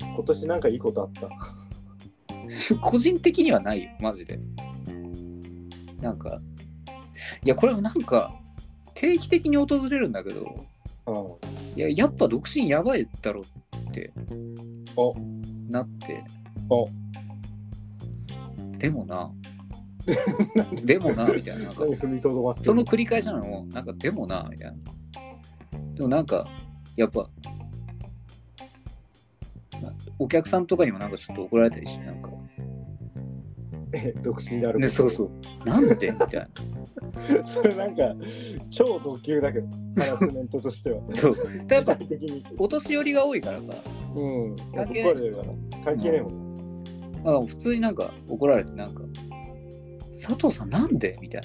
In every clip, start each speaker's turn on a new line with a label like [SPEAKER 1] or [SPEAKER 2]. [SPEAKER 1] 今年なんかいいことあった
[SPEAKER 2] 個人的にはないよ、マジで。なんか、いや、これもなんか、定期的に訪れるんだけど、
[SPEAKER 1] うん
[SPEAKER 2] いや、やっぱ独身やばいだろって
[SPEAKER 1] お
[SPEAKER 2] なって、
[SPEAKER 1] お
[SPEAKER 2] で もな、でもな、みたいな、なんか、
[SPEAKER 1] 何踏みとどまってる
[SPEAKER 2] その繰り返しなのも、なんか、でもな、みたいな。でもなんか、やっぱ、なお客さんとかにもなんかちょっと怒られたりして、なんか、
[SPEAKER 1] え 独身であること
[SPEAKER 2] ね、そうそう、なんでみたいな。
[SPEAKER 1] それ なんか超ド級だけどハラスメントとしては
[SPEAKER 2] そう。やっ
[SPEAKER 1] 具
[SPEAKER 2] ぱ
[SPEAKER 1] 体的に
[SPEAKER 2] お年寄りが多いからさ、
[SPEAKER 1] うん
[SPEAKER 2] 関係ない
[SPEAKER 1] 怒られるから関係ねえもん、
[SPEAKER 2] あ普通になんか怒られて、なんか、佐藤さんなんでみたい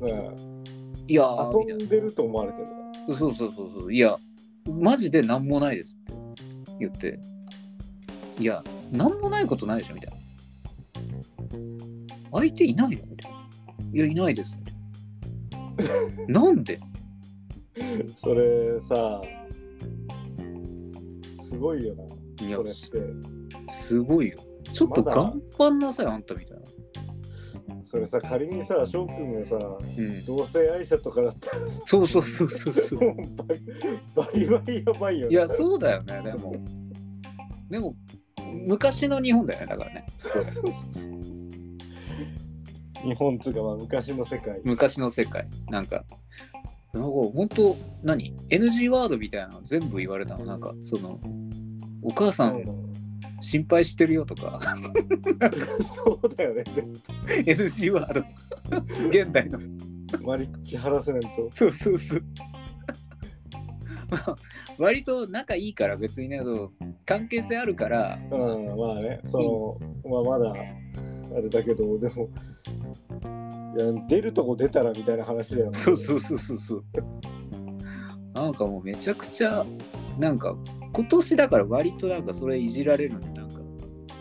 [SPEAKER 2] な。
[SPEAKER 1] うん、
[SPEAKER 2] いやー、みた
[SPEAKER 1] 遊
[SPEAKER 2] い
[SPEAKER 1] んでると思われてる
[SPEAKER 2] な。そうそうそうそう。いや、マジでなんもないですって言って、いや、なんもないことないでしょみたいな。相手いないのみたいな。いや、いないです。みたいななんで
[SPEAKER 1] それさすごいよない
[SPEAKER 2] や
[SPEAKER 1] それって
[SPEAKER 2] すごいよ。ちょっと
[SPEAKER 1] まだ
[SPEAKER 2] 頑張んなさい、あんたみたいな。
[SPEAKER 1] それさ仮にさ翔くんがさ
[SPEAKER 2] うん。
[SPEAKER 1] 同性愛者とかだったら
[SPEAKER 2] そうそうそうそうそう。
[SPEAKER 1] もうバリ バリバリやばいよ
[SPEAKER 2] い
[SPEAKER 1] ね
[SPEAKER 2] や、そうだよね、でも。でも、昔の日本だよね、だからね。
[SPEAKER 1] 日本つうかまあ昔の世界
[SPEAKER 2] 昔の世界。なんか、なんか本当、何 ?NG ワードみたいなの全部言われたの。なんか、その、お母さん心配してるよとか、
[SPEAKER 1] そうだよね全
[SPEAKER 2] NG ワード。現代の。
[SPEAKER 1] 部マリッチハラスメント
[SPEAKER 2] そうそうそう。 まあ、割と仲いいから別にね、あの関係性あるから、
[SPEAKER 1] うんまあねその、まあ、まだあれだけどでもいや出るとこ出たらみたいな話だよね
[SPEAKER 2] そうそうそうそうそう。なんかもうめちゃくちゃ、なんか今年だから割となんかそれいじられるのなんか、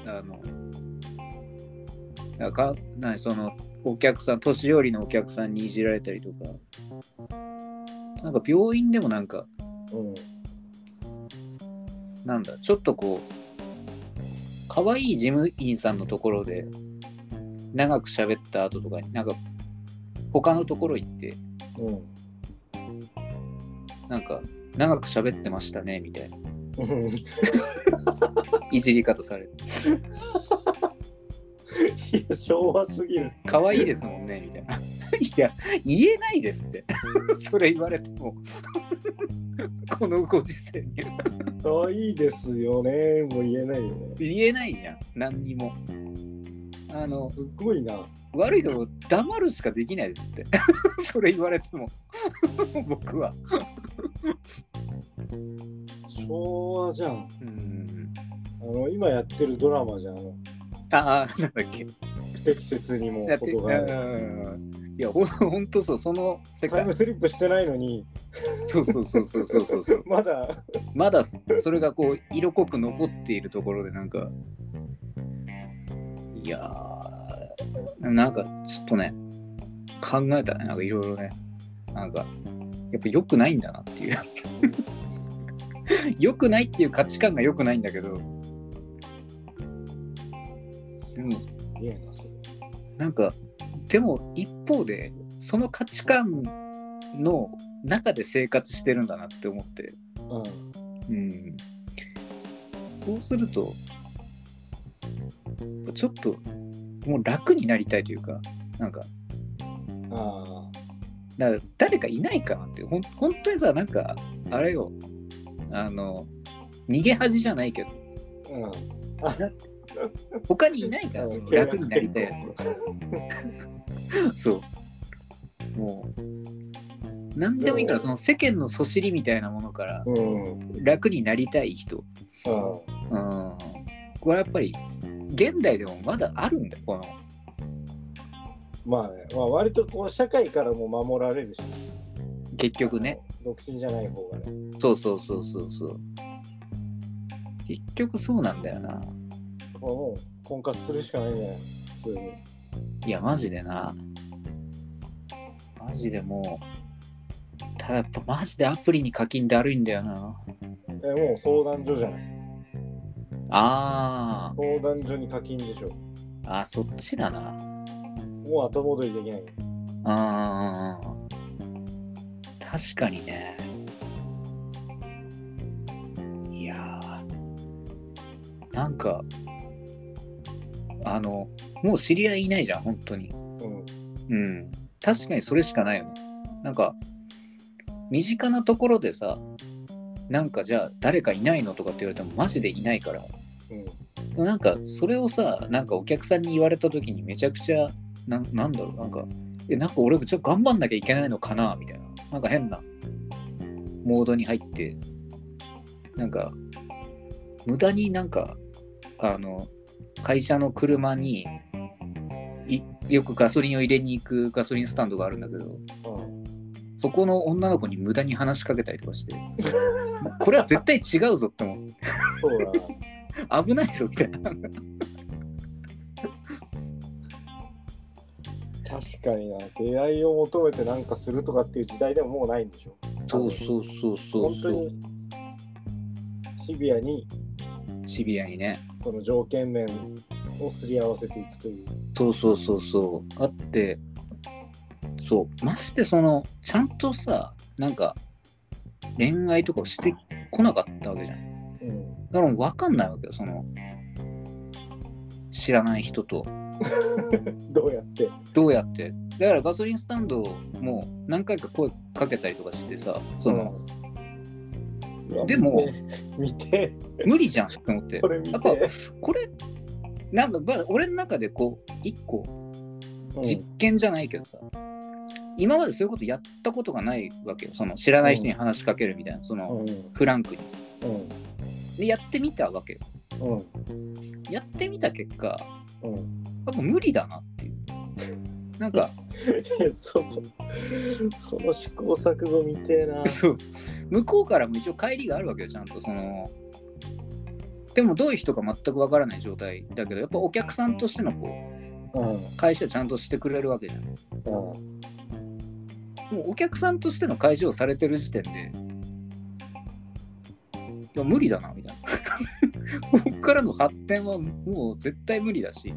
[SPEAKER 2] あの、なんか、なにその、お客さん、年寄りのお客さんにいじられたりとか、なんか病院でもなんか、
[SPEAKER 1] うん
[SPEAKER 2] なんだ、ちょっとこう、可愛い事務員さんのところで、長く喋った後とかに、なんか、他のところ行って、
[SPEAKER 1] うん
[SPEAKER 2] なんか、長く喋ってましたね、みたいな。
[SPEAKER 1] うん
[SPEAKER 2] いじり方される。
[SPEAKER 1] いや昭和すぎる
[SPEAKER 2] 可愛いですもんね、みたいな。 いや、言えないですって。それ言われても。このご時世に。
[SPEAKER 1] 可愛いですよねもう言えないよね
[SPEAKER 2] 言えないじゃん、何にも。あの、
[SPEAKER 1] すごいな
[SPEAKER 2] 悪いけど、黙るしかできないですって。 それ言われても。 僕は。
[SPEAKER 1] 昭和じゃん
[SPEAKER 2] うん。
[SPEAKER 1] あの今やってるドラマじゃんあの
[SPEAKER 2] ああ、なんだっけ。
[SPEAKER 1] 不適切にも
[SPEAKER 2] だって、
[SPEAKER 1] こと
[SPEAKER 2] う
[SPEAKER 1] がある
[SPEAKER 2] ん。いや、ほんほんとそう、その世
[SPEAKER 1] タイ
[SPEAKER 2] 界
[SPEAKER 1] ム。スリップしてないのに
[SPEAKER 2] そうそうそうそうそうそうそう。
[SPEAKER 1] まだ
[SPEAKER 2] まだそれがこう色濃く残っているところでなんかいやーなんかちょっとね考えたねなんかいろいろねなんかやっぱ良くないんだなっていう 良くないっていう価値観が良くないんだけどでも
[SPEAKER 1] すげえなそれ
[SPEAKER 2] なんかでも一方でその価値観の中で生活してるんだなって思って
[SPEAKER 1] うん
[SPEAKER 2] うんそうすると、ちょっともう楽になりたいというか、なんか、
[SPEAKER 1] あ
[SPEAKER 2] だから誰かいないかなって、ほん本当にさ、なんか、あれよ、あの、逃げ恥じゃないけど、
[SPEAKER 1] あうん
[SPEAKER 2] 他にいないから、その楽になりたいやつ。そう。もう、なんでもいいから、その世間のそしりみたいなものから
[SPEAKER 1] うん
[SPEAKER 2] 楽になりたい人。
[SPEAKER 1] うん
[SPEAKER 2] うんこれやっぱり現代でもまだあるんだよこの
[SPEAKER 1] まあね、まあ、割とこう社会からも守られるし、
[SPEAKER 2] 結局ね
[SPEAKER 1] あの。独身じゃない方がね。
[SPEAKER 2] そうそうそうそうそう結局そうなんだよな
[SPEAKER 1] もう婚活するしかないんじゃない普通に。
[SPEAKER 2] いやマジでなマジでもうただやっぱマジでアプリに課金だるいんだよな。
[SPEAKER 1] えもう相談所じゃない
[SPEAKER 2] あ
[SPEAKER 1] 相談所に課金でしょ
[SPEAKER 2] ーあー、そっちだな。
[SPEAKER 1] もう後戻りできない
[SPEAKER 2] あー確かにね。いやーなんか、あの、もう知り合いいないじゃん、本当に。
[SPEAKER 1] うん
[SPEAKER 2] うん。確かにそれしかないよね。なんか、身近なところでさ、なんかじゃあ誰かいないのとかって言われてもマジでいないから。
[SPEAKER 1] うん
[SPEAKER 2] なんかそれをさなんかお客さんに言われた時にめちゃくちゃななんだろうなんかえなんか俺もちょっと頑張んなきゃいけないのかなみたいななんか変なモードに入ってなんか無駄になんかあの会社の車にいよくガソリンを入れに行くガソリンスタンドがあるんだけど
[SPEAKER 1] うん
[SPEAKER 2] そこの女の子に無駄に話しかけたりとかして これは絶対違うぞって思って
[SPEAKER 1] そうだな
[SPEAKER 2] 危ないぞみたいな
[SPEAKER 1] 確かにな出会いを求めてなんかするとかっていう時代でももうないんでしょ
[SPEAKER 2] そうそうそうそう
[SPEAKER 1] 本当
[SPEAKER 2] そう
[SPEAKER 1] にシビアに
[SPEAKER 2] シビアにね。
[SPEAKER 1] この条件面をすり合わせていくという
[SPEAKER 2] そうそうそうそう。あって、そう、ましてその、ちゃんとさ、なんか、恋愛とかをしてこなかったわけじゃん。
[SPEAKER 1] うん
[SPEAKER 2] だから分かんないわけよ、その、知らない人と。
[SPEAKER 1] どうやって
[SPEAKER 2] どうやって。だからガソリンスタンドも何回か声かけたりとかしてさ、その、
[SPEAKER 1] うんうわ
[SPEAKER 2] でも
[SPEAKER 1] 見て
[SPEAKER 2] 無理じゃんって思って
[SPEAKER 1] こ。れ見
[SPEAKER 2] やってぱこれ、なんか、まあ俺の中でこう、一個
[SPEAKER 1] うん
[SPEAKER 2] 実験じゃないけどさ、今までそういうことやったことがないわけよその知らない人に話しかけるみたいな、そ
[SPEAKER 1] う
[SPEAKER 2] の、
[SPEAKER 1] ん
[SPEAKER 2] フランクに
[SPEAKER 1] うん
[SPEAKER 2] でやってみたわけよ
[SPEAKER 1] うん
[SPEAKER 2] やってみた結果
[SPEAKER 1] うん
[SPEAKER 2] 多分無理だなっていうなんか
[SPEAKER 1] そのその試行錯誤みてえな。
[SPEAKER 2] そう向こうからも一応帰りがあるわけよちゃんとそのでもどういう人か全くわからない状態だけどやっぱお客さんとしてのこう
[SPEAKER 1] うん
[SPEAKER 2] 会社をちゃんとしてくれるわけじゃん
[SPEAKER 1] うん
[SPEAKER 2] もうお客さんとしての会社をされてる時点で、いや、無理だな、みたいな。 こっからの発展はもう絶対無理だし、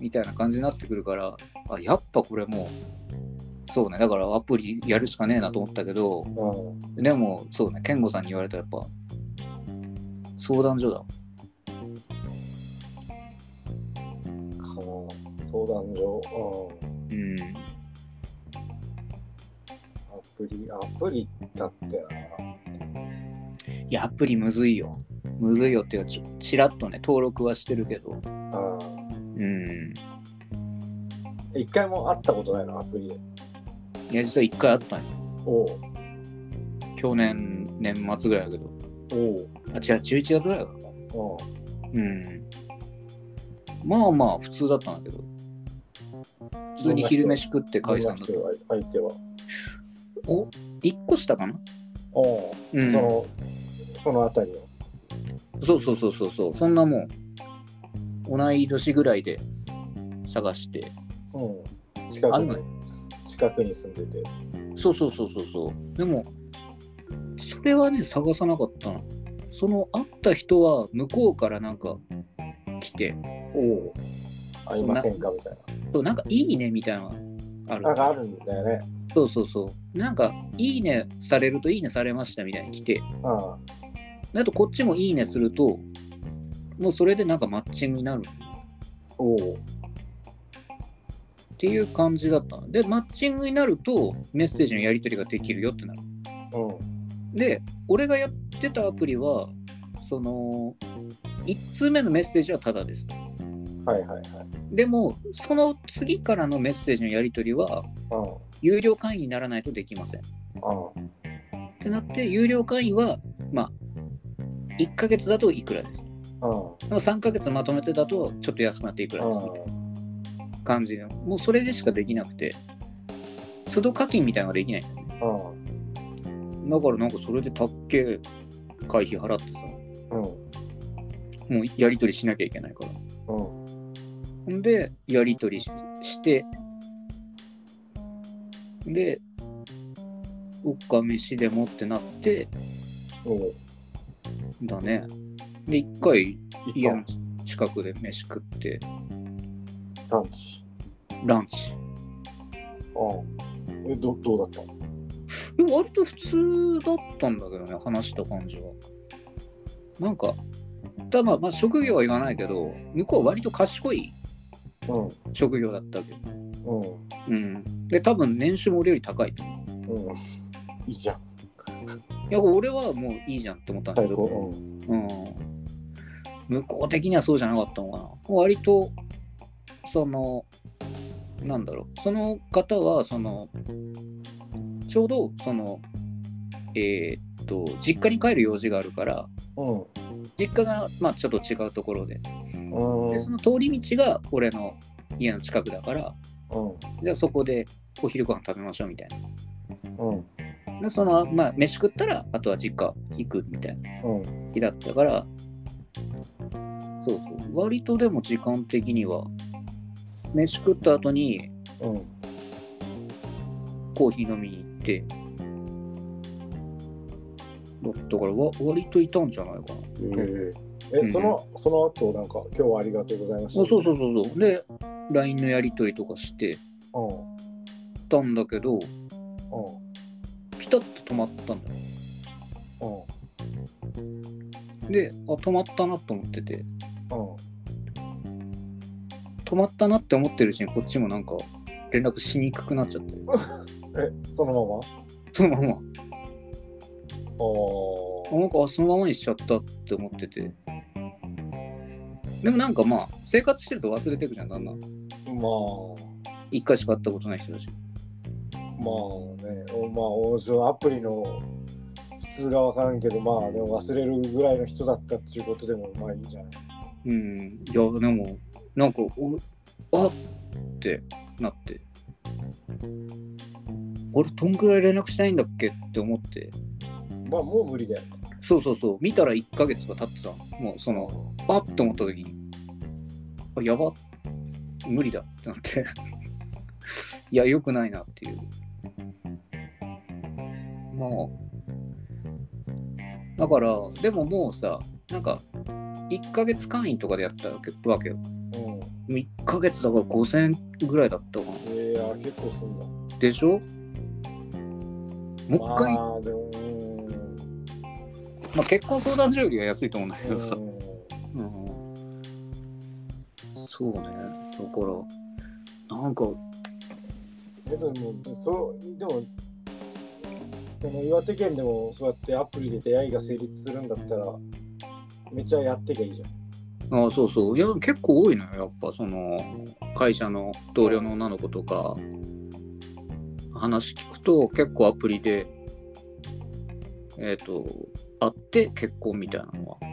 [SPEAKER 2] みたいな感じになってくるから、あ、やっぱこれもう、そうね、だからアプリやるしかねえなと思ったけど、
[SPEAKER 1] うん
[SPEAKER 2] でも、そうね、健吾さんに言われたらやっぱ、相談所だ。
[SPEAKER 1] かな相談所、うん、
[SPEAKER 2] うん。
[SPEAKER 1] アプリアプリだって
[SPEAKER 2] いや、アプリむずいよ。むずいよっていうか、ちょちらっとね、登録はしてるけど、
[SPEAKER 1] な、うん、
[SPEAKER 2] うん。
[SPEAKER 1] 一回も会ったことないのアプリで
[SPEAKER 2] いや、実は一回あったんよ
[SPEAKER 1] おう
[SPEAKER 2] 去年年末ぐらいだけど、あ、違う、11月ぐらいだから。
[SPEAKER 1] おう、
[SPEAKER 2] うん。まあまあ、普通だったんだけど、普通に昼飯食って
[SPEAKER 1] うん、
[SPEAKER 2] 解散だ
[SPEAKER 1] し
[SPEAKER 2] った
[SPEAKER 1] て。相手は
[SPEAKER 2] お一個下かな
[SPEAKER 1] おう、
[SPEAKER 2] う
[SPEAKER 1] そ
[SPEAKER 2] ん。
[SPEAKER 1] のそのあたりを
[SPEAKER 2] そうそうそうそうそう。そんなもん、同い年ぐらいで探して、
[SPEAKER 1] うん、近く
[SPEAKER 2] あるの
[SPEAKER 1] に近くに住んでて
[SPEAKER 2] そうそうそうそうそう。でも、それはね、探さなかったな。その会った人は向こうからなんか来て、
[SPEAKER 1] おお会いませんかみたい
[SPEAKER 2] そうなんかいいねみたいなのがある
[SPEAKER 1] ななんかあるんだよね
[SPEAKER 2] そうそうそう。なんか、いいねされると、いいねされましたみたいに来て、
[SPEAKER 1] あ
[SPEAKER 2] あとこっちもいいねすると、もうそれでなんかマッチングになる
[SPEAKER 1] おお
[SPEAKER 2] っていう感じだったの。で、マッチングになると、メッセージのやり取りができるよってなる。
[SPEAKER 1] うん
[SPEAKER 2] で、俺がやってたアプリは、その、1通目のメッセージはタダですと。
[SPEAKER 1] はいはいはい
[SPEAKER 2] でも、その次からのメッセージのやり取りは、
[SPEAKER 1] うん
[SPEAKER 2] 有料会員にならないとできません。
[SPEAKER 1] うん
[SPEAKER 2] ってなって、有料会員は、まあ、1ヶ月だといくらです。
[SPEAKER 1] うん
[SPEAKER 2] でも3ヶ月まとめてだとちょっと安くなっていくらですみたい
[SPEAKER 1] あ
[SPEAKER 2] な感じのもうそれでしかできなくて都度課金みたいなのができないだ
[SPEAKER 1] あうん
[SPEAKER 2] からなんかそれでたっけ会費払ってさ
[SPEAKER 1] うん
[SPEAKER 2] もうやり取りしなきゃいけないから
[SPEAKER 1] うん
[SPEAKER 2] ほんでやり取りししてでそっか、飯でもってなって、
[SPEAKER 1] うん
[SPEAKER 2] だね。で、一回、家
[SPEAKER 1] 行っ
[SPEAKER 2] の近くで飯食って、
[SPEAKER 1] たランチ
[SPEAKER 2] ランチ。
[SPEAKER 1] うんえどどうだった
[SPEAKER 2] でも割と普通だったんだけどね、話した感じは。なんか、ただまあ、まあ、職業は言わないけど、向こうは割と賢い
[SPEAKER 1] うん
[SPEAKER 2] 職業だったわけど。
[SPEAKER 1] うん
[SPEAKER 2] うん。で、多分年収も俺より高いと思う。
[SPEAKER 1] うんいいじゃん
[SPEAKER 2] いや、俺はもういいじゃんって思ったんだ
[SPEAKER 1] 最
[SPEAKER 2] けど、
[SPEAKER 1] 高うん
[SPEAKER 2] うん。向こう的にはそうじゃなかったのかな。割と、その、なんだろう、その方は、その、ちょうど、その、えーっと、実家に帰る用事があるから、
[SPEAKER 1] うん
[SPEAKER 2] 実家が、まあ、ちょっと違うところで、
[SPEAKER 1] うん
[SPEAKER 2] で、その通り道が俺の家の近くだから、
[SPEAKER 1] うん
[SPEAKER 2] じゃあそこでお昼ご飯食べましょうみたいな。
[SPEAKER 1] うん
[SPEAKER 2] で、その、まあ、飯食ったら、あとは実家行くみたいな。
[SPEAKER 1] うん
[SPEAKER 2] 日だったから、そうそう、割とでも時間的には、飯食った後に
[SPEAKER 1] うん
[SPEAKER 2] コーヒー飲みに行って、だったからわ割といたんじゃないかな。
[SPEAKER 1] えー
[SPEAKER 2] う
[SPEAKER 1] え
[SPEAKER 2] ん
[SPEAKER 1] そのその後なんか今日はありがとうございました
[SPEAKER 2] そうそうそうそう。で、LINE のやり取りとかして
[SPEAKER 1] うん
[SPEAKER 2] たんだけど、
[SPEAKER 1] うん
[SPEAKER 2] ピタッと止まったんだよ。
[SPEAKER 1] うん
[SPEAKER 2] で、あ、止まったなと思ってて、
[SPEAKER 1] うん
[SPEAKER 2] 止まったなって思ってるうちにこっちもなんか連絡しにくくなっちゃって、
[SPEAKER 1] えそのまま
[SPEAKER 2] そのまま、
[SPEAKER 1] あ
[SPEAKER 2] あなんかあそのままにしちゃったって思っててでもなんかまあ生活してると忘れてくじゃんだんだん
[SPEAKER 1] あまあ
[SPEAKER 2] 一回しか会ったことない人だし
[SPEAKER 1] まあね、おまあ、おそのアプリの普通が分からんけど、まあ、でも忘れるぐらいの人だったっていうことでも、まあいいんじゃない
[SPEAKER 2] うんいやでもなんかおあってなって俺どんくらい連絡したいんだっけって思って
[SPEAKER 1] まあ、もう無理だよ。
[SPEAKER 2] そうそうそう見たら1ヶ月とか経ってたのもうそのあって思った時にあやば無理だってなって いや良くないなっていうまあだからでももうさなんか1ヶ月会員とかでやったわけわけよ
[SPEAKER 1] う。
[SPEAKER 2] 1ヶ月だから5000円ぐらいだったかなん
[SPEAKER 1] いや、結構すんだ。
[SPEAKER 2] でしょもう一回、ま
[SPEAKER 1] まあ、でも、うん。
[SPEAKER 2] あ、結婚相談所よりは安いと思うんだけどさ、
[SPEAKER 1] うん
[SPEAKER 2] うん、そうねだからなんか
[SPEAKER 1] えでも、そう、でも、この岩手県でもそうやってアプリで出会いが成立するんだったら、めっちゃやってきゃいいじゃん。
[SPEAKER 2] あそうそういや結構多いのよやっぱその会社の同僚の女の子とか話聞くと結構アプリでえっ、と会って結婚みたいなのは
[SPEAKER 1] う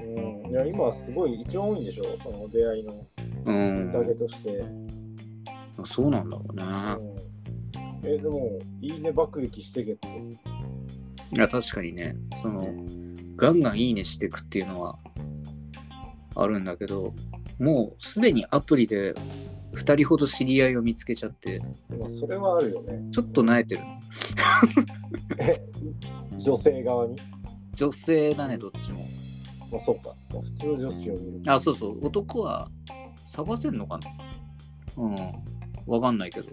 [SPEAKER 1] ん、いや、今すごい一番多いんでしょ、その出会いの
[SPEAKER 2] うん
[SPEAKER 1] だけとして。
[SPEAKER 2] そうなんだろうね
[SPEAKER 1] うんえでもいいね爆撃してけって
[SPEAKER 2] いや確かにねそのガンガンいいねしていくっていうのはあるんだけどもうすでにアプリで2人ほど知り合いを見つけちゃって
[SPEAKER 1] まあそれはあるよね
[SPEAKER 2] ちょっと萎えてる
[SPEAKER 1] 女性側に
[SPEAKER 2] 女性だねどっちも
[SPEAKER 1] まあそうか、まあ普通女子を見る
[SPEAKER 2] あそうそう男は探せんのかなうんわかんないけど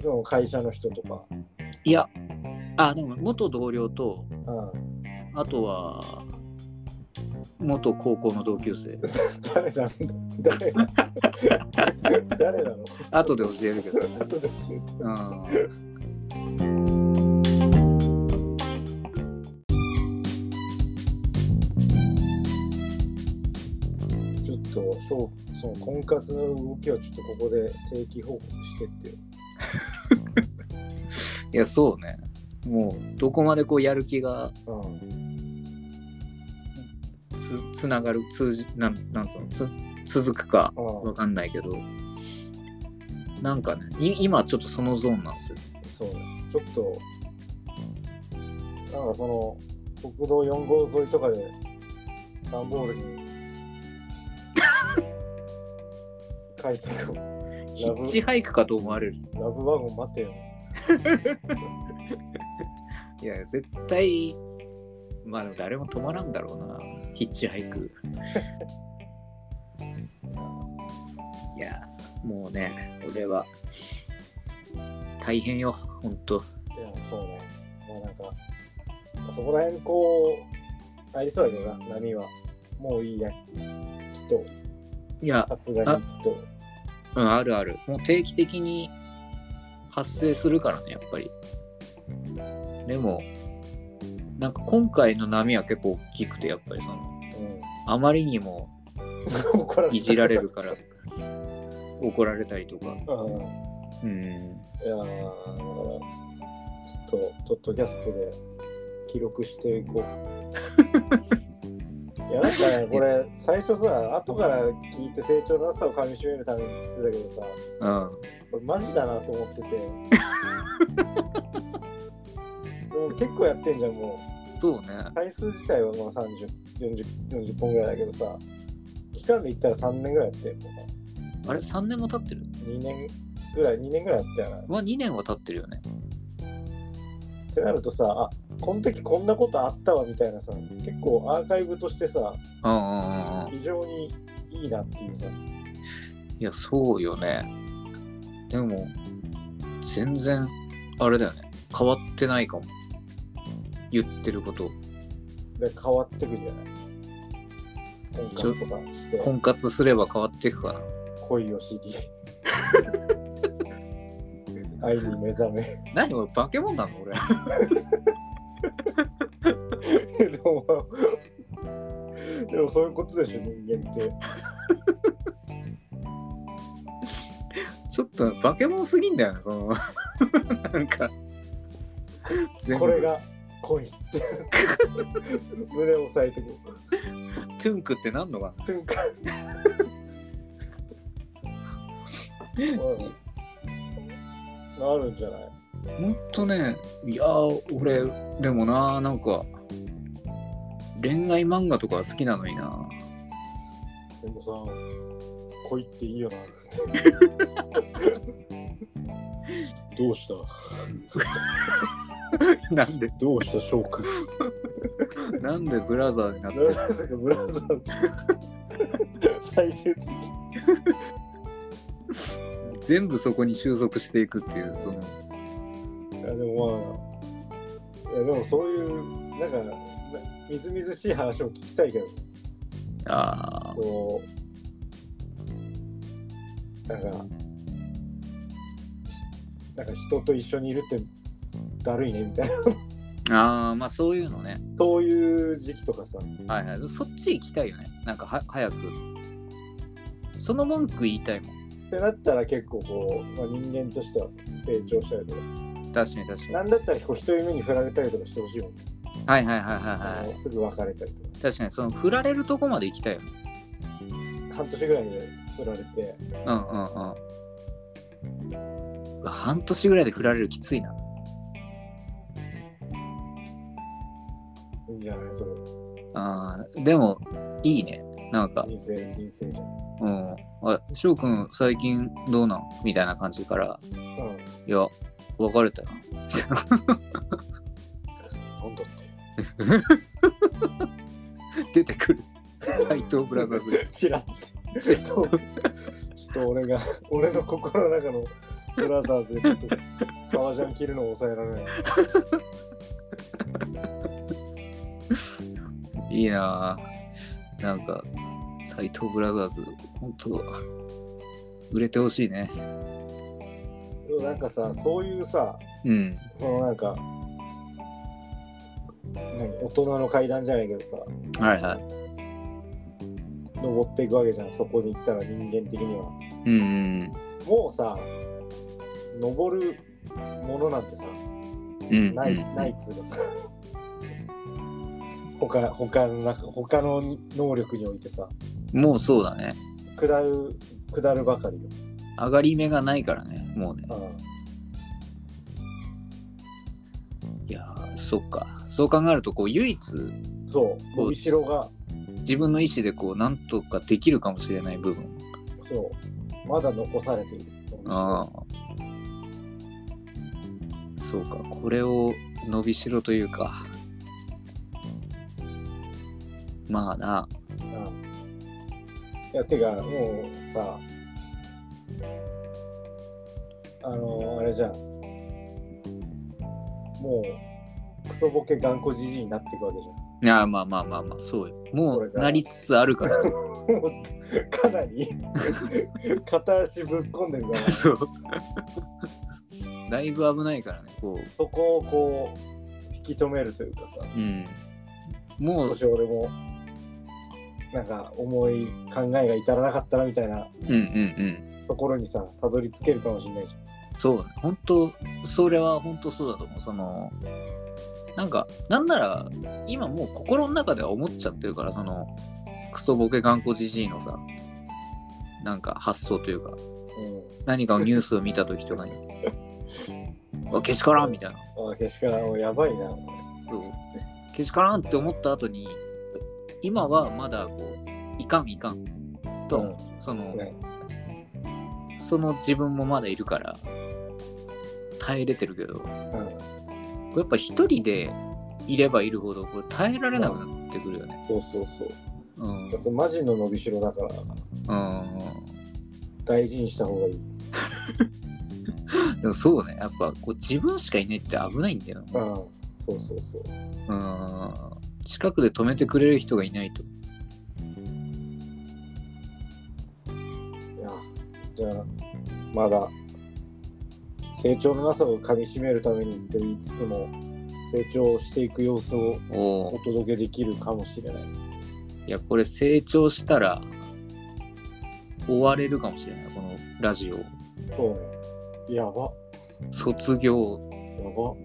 [SPEAKER 1] その会社の人とか、
[SPEAKER 2] いやあでも元同僚と
[SPEAKER 1] うん、
[SPEAKER 2] あとは元高校の同級生
[SPEAKER 1] 誰なんだ誰な の誰なの
[SPEAKER 2] 後で教えるけど
[SPEAKER 1] 後で聞いて
[SPEAKER 2] うん
[SPEAKER 1] ちょっとそうその婚活の動きをちょっとここで定期報告してってよ
[SPEAKER 2] いやそうねもうどこまでこうやる気が
[SPEAKER 1] うん
[SPEAKER 2] つつながる通じなんなんつうのつ続くか
[SPEAKER 1] う
[SPEAKER 2] わ
[SPEAKER 1] ん
[SPEAKER 2] かんないけどなんかねい今ちょっとそのゾーンなんですよ
[SPEAKER 1] そうちょっとなんかその国道4号沿いとかで段ボール に書いてる
[SPEAKER 2] ヒッチハイクかと思われる
[SPEAKER 1] ラブワゴン待てよ
[SPEAKER 2] いや、絶対、まあでも誰も止まらんだろうな、ヒッチハイク。いや、もうね、俺は、大変よ、ほんと。
[SPEAKER 1] いや、そうね。まあなんか、そこら辺こう、ありそうやけどな、波は。もういいや。きっと、
[SPEAKER 2] いや、
[SPEAKER 1] さすがにきっと。
[SPEAKER 2] うん、あるある。もう定期的に発生するからね、やっぱり。でも、なんか今回の波は結構大きくて、やっぱりその、あまりにも
[SPEAKER 1] うん。 怒られた
[SPEAKER 2] いじられるから、 怒られたりとか。
[SPEAKER 1] うん。い
[SPEAKER 2] うん。
[SPEAKER 1] やー、だから、ちょっと、ポッドキャストで記録していこう。いや、なんかね、これ、最初さ、後から聞いて成長のなさをかみしめるために聞いてたけどさ、
[SPEAKER 2] うん。
[SPEAKER 1] これマジだなと思ってて。でも結構やってんじゃん、もう。
[SPEAKER 2] そうね。
[SPEAKER 1] 回数自体はまあ30、40、40本ぐらいだけどさ、期間で言ったら3年ぐらいやってるのか
[SPEAKER 2] あれ、3年も経ってる
[SPEAKER 1] な。2年ぐらい、2年ぐらいやったよな。
[SPEAKER 2] まあ2年は経ってるよね。
[SPEAKER 1] ってなるとさ、あこの時こんなことあったわみたいなさ、結構アーカイブとしてさ、
[SPEAKER 2] うんうんうんうん。
[SPEAKER 1] 非常にいいなっていうさ、
[SPEAKER 2] いや、そうよね。でも、全然、あれだよね。変わってないかも。言ってること。
[SPEAKER 1] で変わってくるじゃない。婚活とかして、
[SPEAKER 2] 婚活すれば変わっていくかな。
[SPEAKER 1] 恋を知り、愛に目覚め。
[SPEAKER 2] 何俺、化け物なの俺。
[SPEAKER 1] でもまあでもそういうことでしょ、人間って。
[SPEAKER 2] ちょっと化け物すぎんだよね、その。 なんか。全部
[SPEAKER 1] これ。が恋って胸を押さえてくる
[SPEAKER 2] トゥンクってなんのかな
[SPEAKER 1] 瞬間うんあるんじゃない
[SPEAKER 2] ほんとね、いやー、俺、でもな、なんか、恋愛漫画とかは好きなのにな。
[SPEAKER 1] でもさ恋っていいよなどうした
[SPEAKER 2] なんで、
[SPEAKER 1] どうした翔くん
[SPEAKER 2] なんでブラザーになって
[SPEAKER 1] ブラザーズブラザーズ最終的に
[SPEAKER 2] 全部そこに収束していくっていうその
[SPEAKER 1] いやでもまあいやでもそういうなんかなみずみずしい話を聞きたいけど
[SPEAKER 2] あ
[SPEAKER 1] こうなんかなんか人と一緒にいるってだるいねみたいな
[SPEAKER 2] ーあーまあそういうのね
[SPEAKER 1] そういう時期とかさ
[SPEAKER 2] はいはいそっち行きたいよねなんかは早くその文句言いたいもん
[SPEAKER 1] ってなったら結構こう、まあ、人間としてはさ成長したりとかさ
[SPEAKER 2] 確かに確か
[SPEAKER 1] なんだったらこう人目に振られたりとかしてほしいもんね、
[SPEAKER 2] にはいはいは
[SPEAKER 1] あ
[SPEAKER 2] いはいは
[SPEAKER 1] のすぐ別れたりとか
[SPEAKER 2] い確かにその振られるとこまで行きたいよね
[SPEAKER 1] 半年ぐらいで振られて
[SPEAKER 2] うんうんうんうわ半年ぐらいで振られるきついない
[SPEAKER 1] いんじゃないそれ
[SPEAKER 2] あーでもいいねなんか
[SPEAKER 1] 人生人生じゃん、
[SPEAKER 2] うんあ翔くん最近どうなんみたいな感じから
[SPEAKER 1] うん、
[SPEAKER 2] いや別れたよ
[SPEAKER 1] なんだって
[SPEAKER 2] 出てくる 斎藤ブラザーズ
[SPEAKER 1] キラって。ちょっと俺が、俺の心の中のブラザーズでちょっと革ジャン着るのを抑えられない。
[SPEAKER 2] いいなぁなんか斎藤ブラザーズ本当売れてほしいね
[SPEAKER 1] でもなんかさ、そういうさ、
[SPEAKER 2] うん
[SPEAKER 1] そのなんか、何大人の階段じゃないけどさ、
[SPEAKER 2] はいはい
[SPEAKER 1] 登っていくわけじゃん、そこに行ったら人間的には。
[SPEAKER 2] うんうん
[SPEAKER 1] もうさ、登るものなんてさ、
[SPEAKER 2] うんうん
[SPEAKER 1] ない、ないっつうかさ。他他の中他の能力においてさ
[SPEAKER 2] もうそうだね
[SPEAKER 1] 下る下るばかりよ
[SPEAKER 2] 上がり目がないからねもうね
[SPEAKER 1] う
[SPEAKER 2] いやーそっかそう考えるとこう唯一
[SPEAKER 1] ん、そう、伸びしろが、
[SPEAKER 2] 自分の意思でこうなんとかできるかもしれない部分
[SPEAKER 1] そう、まだ残されている。伸びしろ
[SPEAKER 2] ああそうかこれを伸びしろというかまあな
[SPEAKER 1] うんいや、てか、もうさ、あの、あれじゃん。もう、クソボケ頑固じじいになっていくわけじゃ
[SPEAKER 2] いやまあまあまあまあそうよも
[SPEAKER 1] これ
[SPEAKER 2] う
[SPEAKER 1] が
[SPEAKER 2] なりつつあるから
[SPEAKER 1] ん。 もうかなり片足ぶっ込んでるから、
[SPEAKER 2] そうだいぶ危ないからねこ
[SPEAKER 1] そこをこう、引き止めるというかさ、
[SPEAKER 2] ううんも
[SPEAKER 1] 少
[SPEAKER 2] う
[SPEAKER 1] し俺も、なんか、思い考えが至らなかったなみたいな
[SPEAKER 2] うんうんうん
[SPEAKER 1] ところにさ、たどり着けるかもしれないじ
[SPEAKER 2] そう本当それは本当そうだと思うそのなんかなんなら今もう心の中では思っちゃってるからそのクソボケ頑固じじいのさなんか発想というか
[SPEAKER 1] ゃん。う
[SPEAKER 2] 何かをニュースを見た時と
[SPEAKER 1] 。
[SPEAKER 2] かに「うわけしからん」みたいなん
[SPEAKER 1] あ、けしからん、もうやばいな。
[SPEAKER 2] そうけしからんって思った後に今はまだこういかんいかんと、
[SPEAKER 1] うん
[SPEAKER 2] その、
[SPEAKER 1] ね
[SPEAKER 2] その自分もまだいるから耐えれてるけど
[SPEAKER 1] う
[SPEAKER 2] こ
[SPEAKER 1] ん。
[SPEAKER 2] れやっぱ一人でいればいるほどこれ耐えられなくなってくるよね。
[SPEAKER 1] そうそうそう。
[SPEAKER 2] うん、
[SPEAKER 1] それマジの伸びしろだから
[SPEAKER 2] う
[SPEAKER 1] 大事にした方がいい。
[SPEAKER 2] ん、でもそうねやっぱこう自分しかいないって危ないんだよ
[SPEAKER 1] う
[SPEAKER 2] な、
[SPEAKER 1] ん。そうそうそう。
[SPEAKER 2] うん、近くで止めてくれる人がいないと
[SPEAKER 1] いや、じゃあ、まだ成長のなさをかみしめるためにと言いつつも、成長していく様子を
[SPEAKER 2] お
[SPEAKER 1] お
[SPEAKER 2] ー
[SPEAKER 1] 届けできるかもしれない。
[SPEAKER 2] いやこれ成長したら追われるかもしれないこのラジオ
[SPEAKER 1] そうね。やば。
[SPEAKER 2] 卒業
[SPEAKER 1] やば。お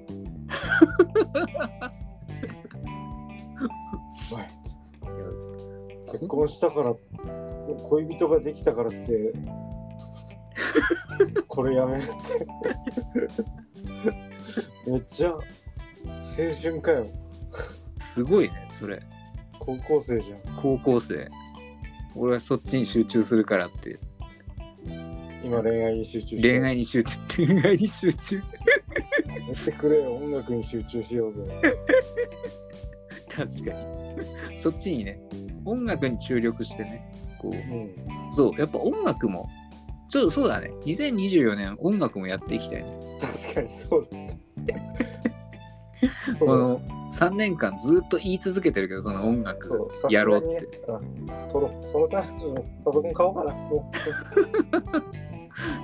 [SPEAKER 1] 前結婚したから恋人ができたからってこれやめるってめっちゃ青春かよ
[SPEAKER 2] すごいねそれ
[SPEAKER 1] 高校生じゃん
[SPEAKER 2] 高校生俺はそっちに集中するからって
[SPEAKER 1] 今恋愛に集中して
[SPEAKER 2] 恋愛に集中恋愛に集中
[SPEAKER 1] やってくれよ音楽に集中しようぜ
[SPEAKER 2] 確かにそっちにね音楽に注力してねこ
[SPEAKER 1] う
[SPEAKER 2] うんそうやっぱ音楽もちょっとそうだね2024年音楽もやっていきたいね
[SPEAKER 1] 確かにそうだった
[SPEAKER 2] この3年間ずっと言い続けてるけどその音楽やろうって
[SPEAKER 1] てそのためにパソコン買おうかなもう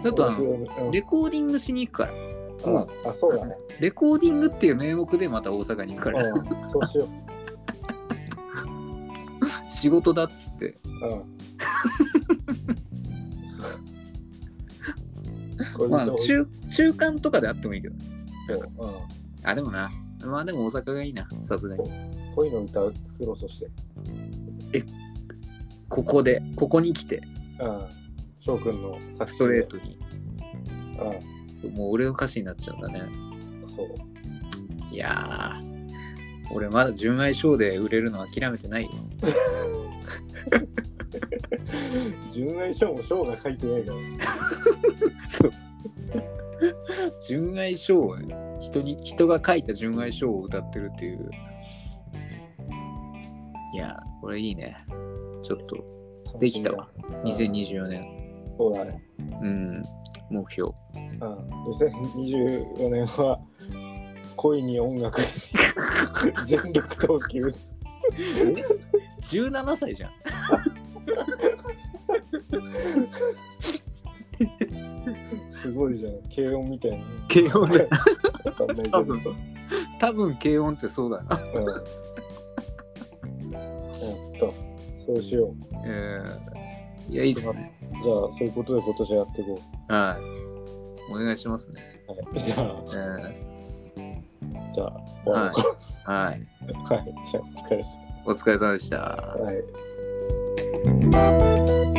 [SPEAKER 2] ちょっとあの
[SPEAKER 1] うん
[SPEAKER 2] レコーディングしに行くから
[SPEAKER 1] うんあそうだね
[SPEAKER 2] レコーディングっていう名目でまた大阪に行くから
[SPEAKER 1] うんそうしよ
[SPEAKER 2] 仕事だっつって
[SPEAKER 1] う。うん。そう恋
[SPEAKER 2] まあ
[SPEAKER 1] 人を
[SPEAKER 2] 中中間とかであってもいいけど
[SPEAKER 1] う
[SPEAKER 2] あでもなまあでも大阪がいいなさすがに
[SPEAKER 1] ん恋の歌を作ろうそして。
[SPEAKER 2] ここでここに来て
[SPEAKER 1] うん。翔くんの作詞
[SPEAKER 2] ストレートに
[SPEAKER 1] ト。う
[SPEAKER 2] もう俺の歌詞になっちゃうんだね
[SPEAKER 1] ん。そう。
[SPEAKER 2] いやー俺まだ純愛賞で売れるの諦めてないよ
[SPEAKER 1] 純愛賞も賞が書いてないから。
[SPEAKER 2] 純愛賞をね人に人が書いた純愛賞を歌ってるっていういやーこれいいねちょっとできたわ
[SPEAKER 1] 楽しみだ。
[SPEAKER 2] 2024年
[SPEAKER 1] うんそうだね。
[SPEAKER 2] うん目標
[SPEAKER 1] うん。2024年は恋に音 楽に全力投球。
[SPEAKER 2] 17歳じゃん
[SPEAKER 1] すごいじゃん。軽音みたいな。
[SPEAKER 2] 軽音だ
[SPEAKER 1] わかんないけ
[SPEAKER 2] 多
[SPEAKER 1] ど。
[SPEAKER 2] 分多分軽音ってそうだな、
[SPEAKER 1] うん。やった。そうしよう。
[SPEAKER 2] えー、いやいいっすね
[SPEAKER 1] じゃあ、そういうことで今年はやっていこ
[SPEAKER 2] はいお願いしますね
[SPEAKER 1] う。はい、 じゃ
[SPEAKER 2] えー
[SPEAKER 1] あ、じゃあ、終わろ
[SPEAKER 2] は
[SPEAKER 1] うか
[SPEAKER 2] い、はい、
[SPEAKER 1] はい、じゃあ、お疲れ様です。
[SPEAKER 2] お疲れ様でした
[SPEAKER 1] はい。
[SPEAKER 2] 「